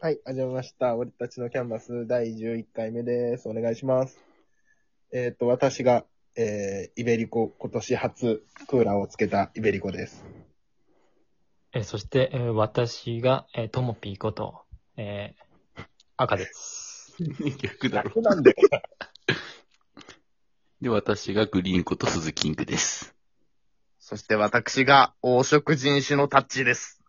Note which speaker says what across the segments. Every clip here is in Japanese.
Speaker 1: はい、始めました。俺たちのキャンバス第11回目です。お願いします。えっ、と、私が、えー、イベリコ、今年初クーラーをつけたイベリコです。
Speaker 2: えーそして、えー私が、えーともぴーこと、えー赤です。
Speaker 3: 逆だろ。
Speaker 1: 楽なんで。
Speaker 3: で、私がグリーンこと鈴キングです。
Speaker 4: そして私が黄色人種のタッチです。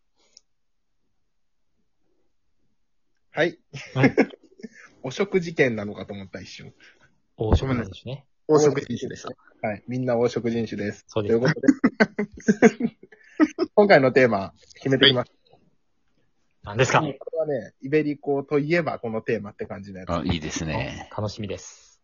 Speaker 1: はい
Speaker 2: はい。
Speaker 1: お食事券なのかと思った一瞬。
Speaker 2: 大食なんですね。
Speaker 4: 黄色人種でした。
Speaker 1: はい、みんな黄色人種です。
Speaker 2: そう
Speaker 1: と
Speaker 2: で
Speaker 1: い
Speaker 2: す
Speaker 1: う。ことで。 今回のテーマ、決めてきまし
Speaker 2: 何です
Speaker 1: た。
Speaker 2: か
Speaker 1: これはね、イベリコといえばこのテーマって感じのやつ。
Speaker 3: あ、いいですね。
Speaker 2: 楽しみです。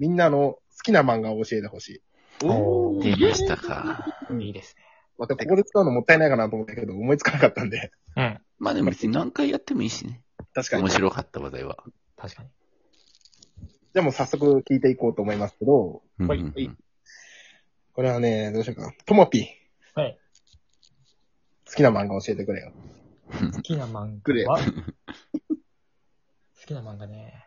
Speaker 1: みんなの好きな漫画を教えてほしい。
Speaker 2: お
Speaker 3: 出ましたか。
Speaker 2: いいです
Speaker 1: またここで使うのもったいないかなと思ったけど、思いつかなかったんで。
Speaker 2: ね。
Speaker 3: まあでも別に何回やってもいいしね。
Speaker 1: 確かに
Speaker 3: 面。白かった話題は。
Speaker 2: うん。確かに。
Speaker 1: じゃあもう早速聞いていこうと思いますけど、
Speaker 3: うん
Speaker 2: はい
Speaker 3: うんうん
Speaker 1: これはね、どうしようかな。ともぴ、
Speaker 2: はい。
Speaker 1: 好きな漫画教えてくれよ。
Speaker 2: 好きな漫
Speaker 4: くれ
Speaker 2: 画は 好きな漫画ね。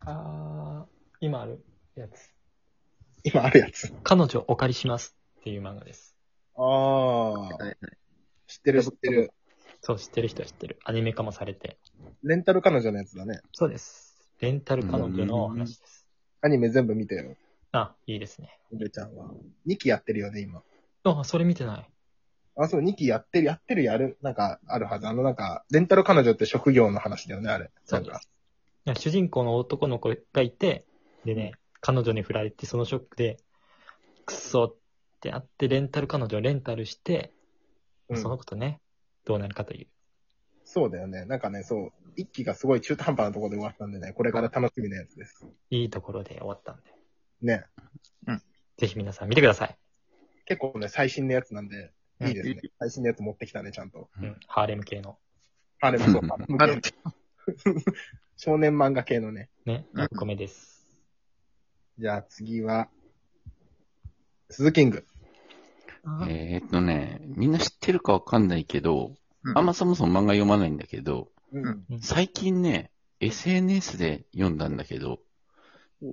Speaker 2: あー、今あるやつ。
Speaker 1: 今あるやつ。
Speaker 2: 彼女お借りしますっていう漫画です。
Speaker 1: あ
Speaker 4: はいはい
Speaker 1: 知ってる知ってる。
Speaker 2: そう、知ってる人は知ってる。アニメ化もされて。
Speaker 1: レンタル彼女のやつだね。
Speaker 2: そうです。レンタル彼女の話です。
Speaker 1: アニメ全部見てよ。
Speaker 2: あ、いいですね。
Speaker 1: ゆべちゃんは。2期やってるよね、今。
Speaker 2: あ、それ見てない。
Speaker 1: あ、そう、2期やってる、やってる、やる、なんか、あるはず。あの、なんか、レンタル彼女って職業の話だよね、あれ。
Speaker 2: そ
Speaker 1: な
Speaker 2: う
Speaker 1: ん
Speaker 2: で
Speaker 1: か
Speaker 2: す。いや主人公の男の子がいて、でね、彼女に振られて、そのショックで、くっそってなって、レンタル彼女をレンタルして、
Speaker 1: うん
Speaker 2: その子とね、どうなるかという。
Speaker 1: そうだよね。なんかね、そう、1期がすごい中途半端なところで終わったんでね、これから楽しみなやつです。
Speaker 2: いいところで終わったんで、
Speaker 1: ね。
Speaker 2: ぜひ皆さん見てください。
Speaker 1: 結構ね、最新のやつなんで、いいですね
Speaker 4: う。
Speaker 1: 最新のやつ持ってきたね、ちゃんと。
Speaker 2: うん、ハーレム系の。
Speaker 1: あれもそうか。
Speaker 4: ある
Speaker 1: 少年漫画系のね。
Speaker 2: ね、
Speaker 4: うん
Speaker 2: 1個目です。
Speaker 1: じゃあ次は、鈴キング。
Speaker 3: えーっとね、みんな知ってるかわかんないけど、
Speaker 4: うん。
Speaker 3: あんまそもそも漫画読まないんだけど、
Speaker 1: うん
Speaker 2: うん
Speaker 3: 最近ね、SNS で読んだんだけど、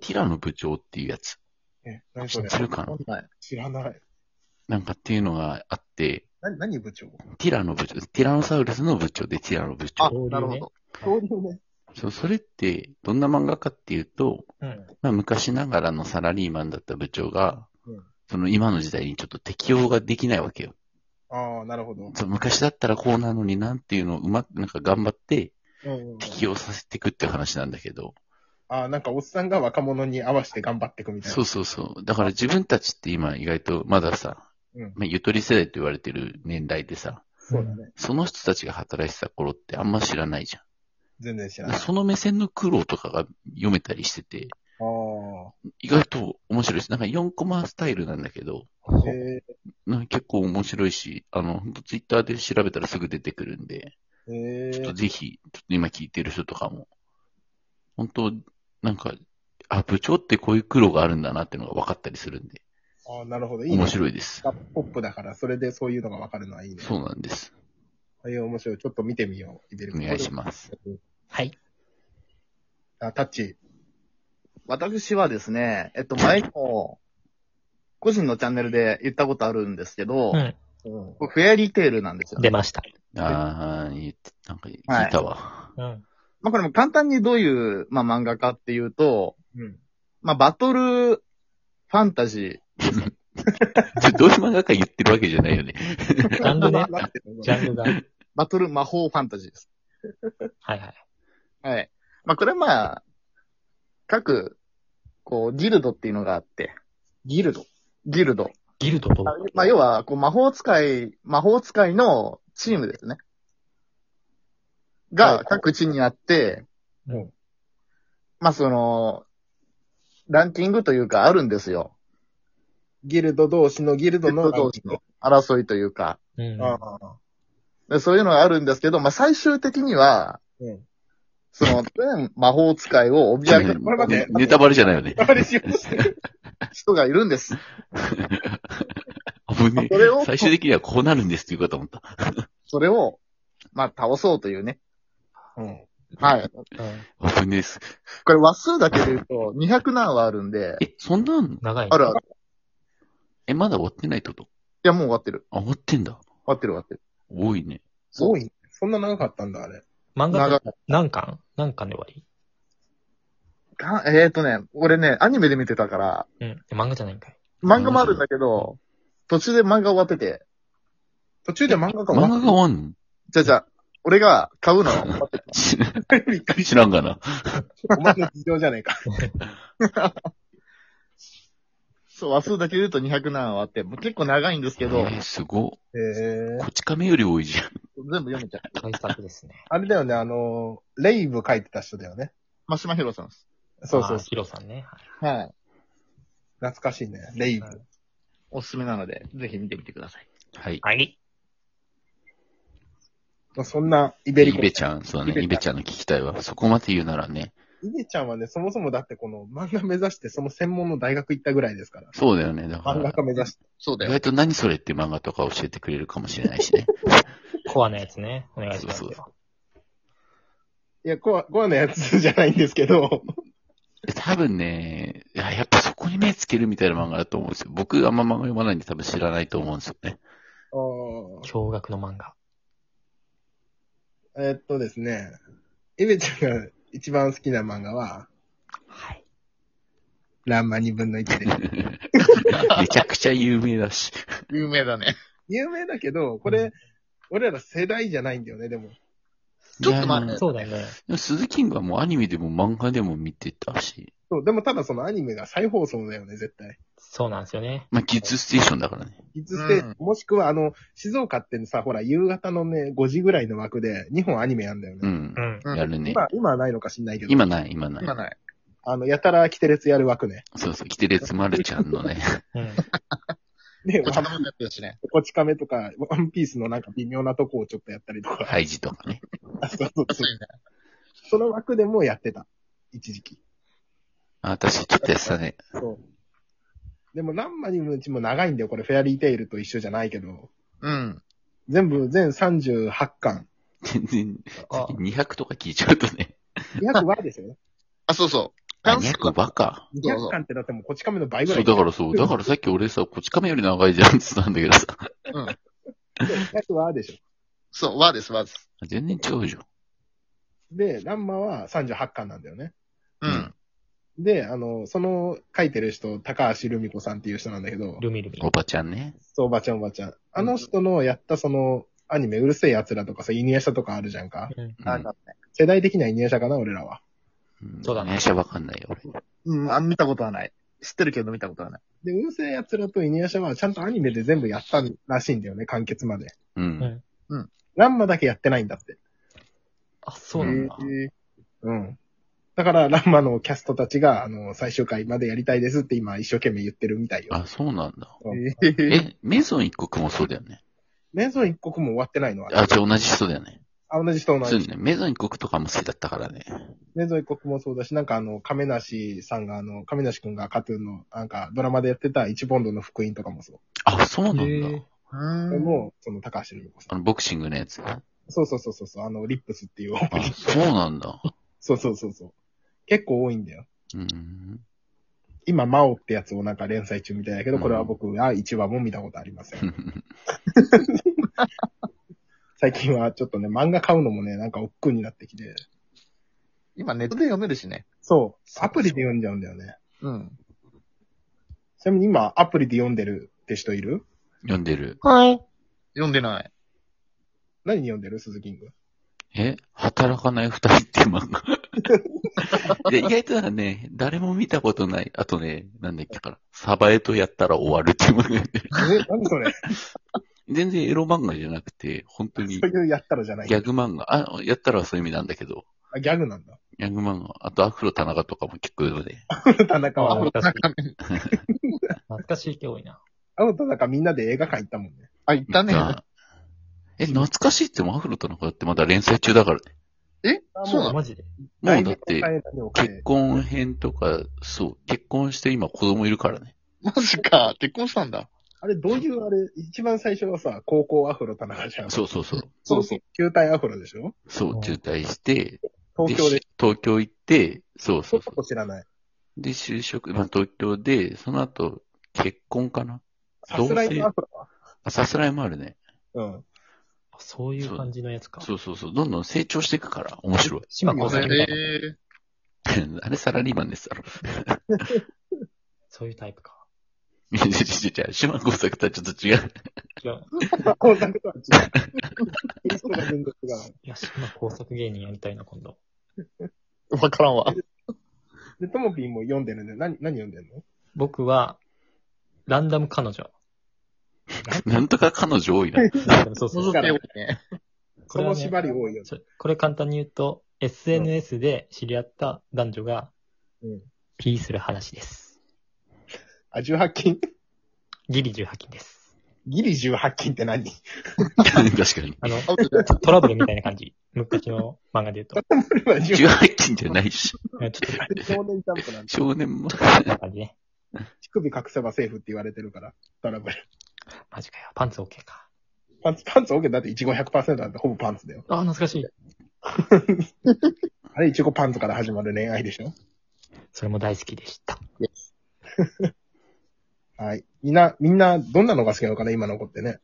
Speaker 3: ティラの部長っていうやつ。
Speaker 1: え、何
Speaker 3: 知
Speaker 1: そ
Speaker 3: っ
Speaker 1: れ
Speaker 3: てるかな
Speaker 4: はい。
Speaker 1: 知らない。
Speaker 3: なんかっていうのがあって、
Speaker 1: な、何部長
Speaker 3: ティラの部長、ティラノサウルスの部長でティラの部
Speaker 4: あ
Speaker 3: 長。、
Speaker 4: なるほど。
Speaker 1: 恐竜ね。
Speaker 3: そう、それって、どんな漫画かっていうと、
Speaker 2: うん。
Speaker 3: まあ、昔ながらのサラリーマンだった部長が、
Speaker 1: うん
Speaker 3: その今の時代にちょっと適応ができないわけよ。
Speaker 1: ああ、なるほど。
Speaker 3: そう昔だったらこうなのになんていうのをうまく、なんか頑張って
Speaker 1: うんうんうん。
Speaker 3: 適応させていくっていう話なんだけど。
Speaker 1: ああ、なんかおっさんが若者に合わせて頑張っていくみたいな。
Speaker 3: そうそうそう。だから自分たちって今意外とまださ、
Speaker 1: うん
Speaker 3: まあ、ゆとり世代と言われてる年代でさ、
Speaker 1: そうだね。
Speaker 3: その人たちが働いてた頃ってあんま知らないじゃ
Speaker 1: 全然知ら
Speaker 3: ん。
Speaker 1: ない。あ
Speaker 3: その目線の苦労とかが読めたりしてて、
Speaker 1: あ
Speaker 3: 意外と面白いし、なんか4コマスタイルなんだけど、
Speaker 1: ー。え
Speaker 3: なんか結構面白いし、あの、ほんとツイッターで調べたらすぐ出てくるんで、
Speaker 1: ー、え
Speaker 3: ちょっと
Speaker 1: ー。
Speaker 3: ぜひ、ちょっと今聞いてる人とかも、本当なんか、あ、部長ってこういう苦労があるんだなっていうのが分かったりするんで、
Speaker 1: ああ、なるほど。いいね。
Speaker 3: 面白いです。
Speaker 1: ラップポップだから、それでそういうのがわかるのはいいね。
Speaker 3: そうなんです。
Speaker 1: う。いう面白い。ちょっと見てみよう。イベリ
Speaker 3: お
Speaker 1: コ
Speaker 3: 願いします。
Speaker 2: はい。
Speaker 1: あ、タッチ。
Speaker 4: 私はですね、えっと、前にも、個人のチャンネルで言ったことあるんですけ
Speaker 2: う
Speaker 4: ど、
Speaker 2: ん。
Speaker 1: うん。
Speaker 4: フェアリーテールなんですよ。
Speaker 2: 出ました。
Speaker 3: あー、言ってなんか聞いたわ。
Speaker 2: うん。
Speaker 4: まあ、これも簡単にどういう、まあ、漫画かっていうと、
Speaker 1: うん。
Speaker 4: まあ、バトルファンタジ
Speaker 3: ちょどういう漫画か言ってるわけじゃないよね。
Speaker 2: ジャ ンルね。ジャンルが。はい
Speaker 4: ー、バトル魔法ファンタジーです。
Speaker 2: はい。
Speaker 4: はい。まあ、これはまあ、各、こう、ギルドっていうのがあって、
Speaker 1: ギルド。
Speaker 4: ギルド。
Speaker 2: ギルドと、
Speaker 4: まあ、要は、こう、魔法使い、魔法使いのチームですね。
Speaker 1: は
Speaker 4: が
Speaker 1: い、
Speaker 4: 各地にあって、
Speaker 2: うん
Speaker 4: まあ、その、ランキングというか、あるんですよ。
Speaker 1: ギルド同士のギルド
Speaker 4: ペッ
Speaker 1: の。
Speaker 4: ト同士の争いというか。
Speaker 2: うん。
Speaker 1: ああ。
Speaker 4: でそういうのがあるんですけど、まあ、最終的には、
Speaker 1: うん。
Speaker 4: その、全魔法使いを
Speaker 3: ちょ
Speaker 4: 脅
Speaker 3: っ
Speaker 4: か
Speaker 3: と
Speaker 1: これ待って
Speaker 3: ネタバレじゃない よね。
Speaker 1: あれしようしてる。
Speaker 4: す人がいるんです。
Speaker 3: 危ねえ
Speaker 4: それを
Speaker 3: 最終的にはこうなるんですっていうかと思った。
Speaker 4: それを、まあ、倒そうというね。
Speaker 1: うん。
Speaker 4: はい。
Speaker 2: うん
Speaker 3: 危ねえっす。
Speaker 4: これ話数だけで言うと、200何はあるんで、
Speaker 3: え、そんなん、
Speaker 2: 長い。
Speaker 4: あるある。
Speaker 3: え、まだ終わってないってこと
Speaker 4: いや、もう終わってる。
Speaker 3: あ、終わってんだ。
Speaker 4: 終わってる終わってる。
Speaker 3: 多いね。
Speaker 1: 多い。そんな長かったんだ、あれ。
Speaker 2: 漫画
Speaker 4: 長
Speaker 2: って何巻何巻で終わり
Speaker 4: かえっ、ー、とね、俺ね、アニメで見てたから、
Speaker 2: うん。え漫画じゃないんかい。
Speaker 4: 漫画もあるんだけど、途中で漫画終わってて、
Speaker 1: 途中で漫画が
Speaker 3: 漫画が終わ ん
Speaker 4: じゃあじゃあ俺が買うのは終わってた。
Speaker 3: の知らんがな。
Speaker 1: お前の事情じゃないか。
Speaker 4: そう、話数だけで言うと200何はあって、もう結構長いんですけ
Speaker 3: え
Speaker 4: ど、
Speaker 3: ー、すご。
Speaker 1: へえ
Speaker 3: こち亀より多いじゃん。
Speaker 4: 全部読めちゃう。
Speaker 2: 対策ですね。
Speaker 1: あれだよね、あの、レイブ書いてた人だよね。
Speaker 4: ま、島ろさんです。
Speaker 1: そうそう
Speaker 2: あー
Speaker 1: そう。
Speaker 2: ヒロさんね。はい
Speaker 4: はい。
Speaker 1: 懐かしいね。レイブ。
Speaker 4: おすすめなので、ぜひ見てみてください。
Speaker 3: はい。
Speaker 2: はい。
Speaker 1: まあそんなイベ
Speaker 3: イ
Speaker 1: リコ。
Speaker 3: ベちゃん、そうだね。イ
Speaker 1: イ
Speaker 3: ベ
Speaker 1: ベ
Speaker 3: ち
Speaker 1: ち
Speaker 3: ゃんの聞きたいわ。そこまで言うならね。
Speaker 1: イベちゃんはね、そもそもだってこの漫画目指して、その専門の大学行ったぐらいですから。
Speaker 3: そうだよね。だか
Speaker 1: 漫
Speaker 3: ら
Speaker 1: 画、家目指して。
Speaker 4: そうだ
Speaker 3: 意
Speaker 4: よ。
Speaker 3: 外と何それって漫画とか教えてくれるかもしれないしね。
Speaker 2: コアなやつね。お願いします
Speaker 3: そう
Speaker 2: よ。
Speaker 1: いや、コア、コアのやつじゃないんですけど、
Speaker 3: 多分ね、いややっぱそこに目つけるみたいな漫画だと思うんですよ。僕あんま漫画読まないんで多分知らないと思うんですよ ね。
Speaker 1: あー
Speaker 2: 驚愕の漫画。
Speaker 1: えーっとですね、イベちゃんが一番好きな漫画は、
Speaker 2: はい。
Speaker 1: ランマ2分の1で。
Speaker 3: めちゃくちゃ有名だし。
Speaker 4: 有名だね。
Speaker 1: 有名だけど、これ、
Speaker 2: うん
Speaker 1: 俺ら世代じゃないんだよね、でも。
Speaker 4: ちょっと待って
Speaker 3: いや
Speaker 2: そうだよね。
Speaker 3: でも鈴キングはもうアニメでも漫画でも見てたし、
Speaker 1: そう、でもただそのアニメが再放送だよね、絶対。
Speaker 2: そうなんですよね。
Speaker 3: まあ、キッズステーションだからね。
Speaker 1: いつして、
Speaker 4: うん
Speaker 1: もしくはあの、静岡ってさ、ほら、夕方のね、5時ぐらいの枠で2本アニメやんだよね。
Speaker 3: うん
Speaker 2: う。ん。
Speaker 3: やるね。
Speaker 1: 今、今はないのか知んないけど。
Speaker 3: 今ない、今ない。
Speaker 4: 今ない。
Speaker 1: あの、やたらキテレツやる枠ね。
Speaker 3: そうそう、キテレツマルちゃんの ね。
Speaker 2: うん。
Speaker 1: で、
Speaker 4: こ
Speaker 1: ワ
Speaker 4: っち
Speaker 1: ン
Speaker 4: のもやってるしね。
Speaker 1: こち亀とか、ワンピースのなんか微妙なとこをちょっとやったりとか。
Speaker 3: ハイジとかね。
Speaker 1: そうそうそう。その枠でもやってた。一時期。
Speaker 3: あ、私ちょっとやってたね。
Speaker 1: そう。でも、ランマにもうちも長いんだよ。これ、フェアリーテイルと一緒じゃないけど。
Speaker 4: うん。
Speaker 1: 全部、全38巻。
Speaker 3: 全然、
Speaker 2: あ、
Speaker 3: 200とか聞いちゃうとね。
Speaker 1: 200話です よね。
Speaker 4: あ、そうそう。
Speaker 3: あ
Speaker 4: 関数
Speaker 3: 200バカ。
Speaker 4: どう
Speaker 1: 200
Speaker 4: ぞ。
Speaker 1: 巻ってだってもうこち亀の倍ぐら
Speaker 3: そう、
Speaker 1: い。
Speaker 3: だからそう。だからさっき俺さ、こち亀より長いじゃんって言ったんだけどさ。
Speaker 1: 200話でしょ。
Speaker 4: そう、和です、和です。
Speaker 3: 全然違うじゃん。
Speaker 1: で、ランマは38巻なんだよね。
Speaker 4: う
Speaker 3: うん
Speaker 4: ん。
Speaker 1: で、あの、その書いてる人、高橋留美子さんっていう人なんだけど、
Speaker 2: ルミルミ。
Speaker 3: おばちゃんね。
Speaker 1: そう、おばちゃんおばちゃん。あの人のやったその、アニメ、うるせえ奴らとかさ、イニエシャとかあるじゃんか。
Speaker 2: うん。
Speaker 3: う
Speaker 4: なん
Speaker 3: ん
Speaker 4: かね。
Speaker 1: 世代的にはイニエシャかな、俺らは。
Speaker 3: ん
Speaker 2: そうだね
Speaker 3: 会社わかんないよ、俺。
Speaker 4: うん、あ、見たことはない。知ってるけど見たことはない。
Speaker 1: で、うるせえ奴らとイニエシャはちゃんとアニメで全部やったらしいんだよね、完結まで。
Speaker 3: う。
Speaker 2: うんん。
Speaker 1: ランマだけやってないんだって。
Speaker 2: あ、そうなんだ。
Speaker 1: うん。だから、ランマのキャストたちが、あの、最終回までやりたいですって今、一生懸命言ってるみたいよ。
Speaker 3: あ、そうなんだ。
Speaker 1: うん
Speaker 4: えへへ
Speaker 3: え、メゾン一国もそうだよね。
Speaker 1: メゾン一刻も終わってないのは。
Speaker 3: あ、じゃあ同じ人だよね。
Speaker 1: あ、同じ人同
Speaker 3: そう
Speaker 1: じ人。
Speaker 3: ですね。メゾン一国とかも好きだったからね。
Speaker 1: メゾン一刻もそうだし、なんかあの、亀梨さんが、あの、亀梨くんがカトゥーンの、なんかドラマでやってた一ボンドの福音とかもそう。
Speaker 3: あ、そうな
Speaker 2: へ
Speaker 3: んだ
Speaker 2: ー。
Speaker 4: う
Speaker 1: これ
Speaker 4: ん。
Speaker 1: も、その高橋留美子さ
Speaker 3: あ
Speaker 1: ん。
Speaker 3: の、ボクシングのやつ。あ、
Speaker 1: そうそうそうそうそう、あの、リップスっていうオ ープニング。
Speaker 3: そうなんだ。
Speaker 1: そうそうそうそう。結構多いんだよ。
Speaker 3: うん。
Speaker 1: 今、マオってやつをなんか連載中みたいだけど、これは僕は1話も見たことありません。最近はちょっとね、漫画買うのもね、なんか億劫になってきて。
Speaker 4: 今ネットで読めるしね。
Speaker 1: そう、アプリで読んじゃうんだよね。
Speaker 4: うん。
Speaker 1: ちなみに今、アプリで読んでるって人いる
Speaker 3: 読んでる。
Speaker 2: はい。
Speaker 4: 読んでない。
Speaker 1: 何読んでる鈴キング。
Speaker 3: え働かない二人っていう漫画。いや意外とだからね、誰も見たことない。あとね、なんだっけから、サバエとやったら終わるっていう漫画やってる。
Speaker 1: え、何そ れ
Speaker 3: 全然エロ漫画じゃなくて、本当に
Speaker 1: そういうやったらじゃない。
Speaker 3: ギャグ漫画。あ、やったらはそういう意味なんだけど、
Speaker 1: あ、ギャグなんだ。
Speaker 3: ギャグ漫画。あとアフロ田中とかも結構読むね。
Speaker 1: 田中
Speaker 2: あ
Speaker 1: は、
Speaker 2: 懐かしい。
Speaker 4: なんか
Speaker 2: 懐かしい系多いな。
Speaker 1: あの田中みんなで映画館行ったもんね。
Speaker 4: あ、言ったね。
Speaker 3: あえ、懐かしいってもアフロ田中だってまだ連載中だからね。
Speaker 4: えそうなの
Speaker 2: マジで。
Speaker 3: もうだって、
Speaker 1: 来年の大変なのを変え
Speaker 3: 結婚編とか、そう、結婚して今子供いるからね。
Speaker 4: マジか。結婚したんだ。
Speaker 1: あれ、どういうあれ、一番最初はさ、高校アフロ田中じゃん。
Speaker 3: そうそうそう。
Speaker 5: そうそう。
Speaker 1: 球体アフロでしょ
Speaker 3: そうう、
Speaker 2: ん
Speaker 3: 中退して、
Speaker 1: 東京で。
Speaker 3: 東京行って、そう
Speaker 1: そ
Speaker 3: そうう
Speaker 1: こ
Speaker 3: そ
Speaker 1: と知らない。
Speaker 3: う。で、就職、まあ、東京で、その後、結婚かな
Speaker 1: さすらいのアフロは。
Speaker 3: あさすらいもあるね。
Speaker 1: うん。
Speaker 2: あそういう感じのやつか。
Speaker 3: そうそうそう。どんどん成長していくから、面白い。
Speaker 2: 島
Speaker 5: あ
Speaker 2: 耕作みたいな。
Speaker 5: れ
Speaker 3: あれサラリーマンですから。
Speaker 2: そういうタイプか。
Speaker 3: いやいやいやいや島耕作とはちょっと違う。
Speaker 2: いや、
Speaker 1: コンタクトは違う。そうが全然違う。
Speaker 2: いや島耕作芸人やりたいな、今度。
Speaker 5: わからんわ。
Speaker 1: で、ともぴーも読んでるんで、何、何読んでんの
Speaker 2: 僕は、ランダム彼女。
Speaker 3: なんとか彼女多いな。
Speaker 2: ランダムそうそう
Speaker 5: 戻ってよね。
Speaker 2: こ
Speaker 1: そ
Speaker 2: れは
Speaker 1: の
Speaker 2: ね
Speaker 1: 縛り多いよね。
Speaker 2: ちょこれ簡単に言うと、SNS で知り合った男女が
Speaker 1: うん、
Speaker 2: ピーする話です。
Speaker 1: あ、18禁
Speaker 2: ギリ18禁です。
Speaker 1: ギリ18禁って何
Speaker 3: 確かに。
Speaker 2: あの、
Speaker 5: アウトじゃん
Speaker 2: トラブルみたいな感じ。昔の漫画で言うと。
Speaker 1: 18
Speaker 3: 18禁じゃないし。
Speaker 2: ちょっ
Speaker 1: 禁少年ジャンプなんで、
Speaker 3: 少年 も。
Speaker 2: とな感じね。
Speaker 1: 乳首隠せばセーフって言われてるから、トラブル。
Speaker 2: マジかよ。パンツ OK か。
Speaker 1: パンツ、パンツ OK だって1500%なんてほぼパンツだよ。
Speaker 2: あ、懐かしい。
Speaker 1: あれ、いちごパンツから始まる恋愛でしょ
Speaker 2: それも大好きでした。
Speaker 1: はい。みんな、みんな、どんなのが好きなのかな、今の子ってね。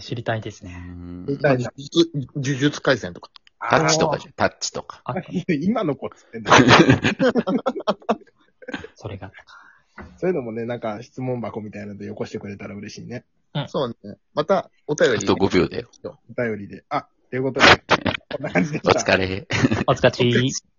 Speaker 2: 知りたいです
Speaker 3: う
Speaker 2: ね。
Speaker 3: ん
Speaker 1: みたい
Speaker 4: 呪
Speaker 1: な。
Speaker 4: 術呪術回戦とか。
Speaker 3: タッチと
Speaker 1: あ
Speaker 3: かじゃん、タッチとか。
Speaker 2: あ、
Speaker 1: ー。 今の子っつってんだよ。
Speaker 2: それが。
Speaker 1: そういうのもね、なんか質問箱みたいなのでよこしてくれたら嬉しいね。
Speaker 4: そうね。また、お便
Speaker 3: あ
Speaker 4: り。
Speaker 3: と5秒だよ。
Speaker 1: お便りで。あ、ということで、こんな感じで
Speaker 3: お
Speaker 1: した。
Speaker 3: 疲れ。
Speaker 2: お疲れ。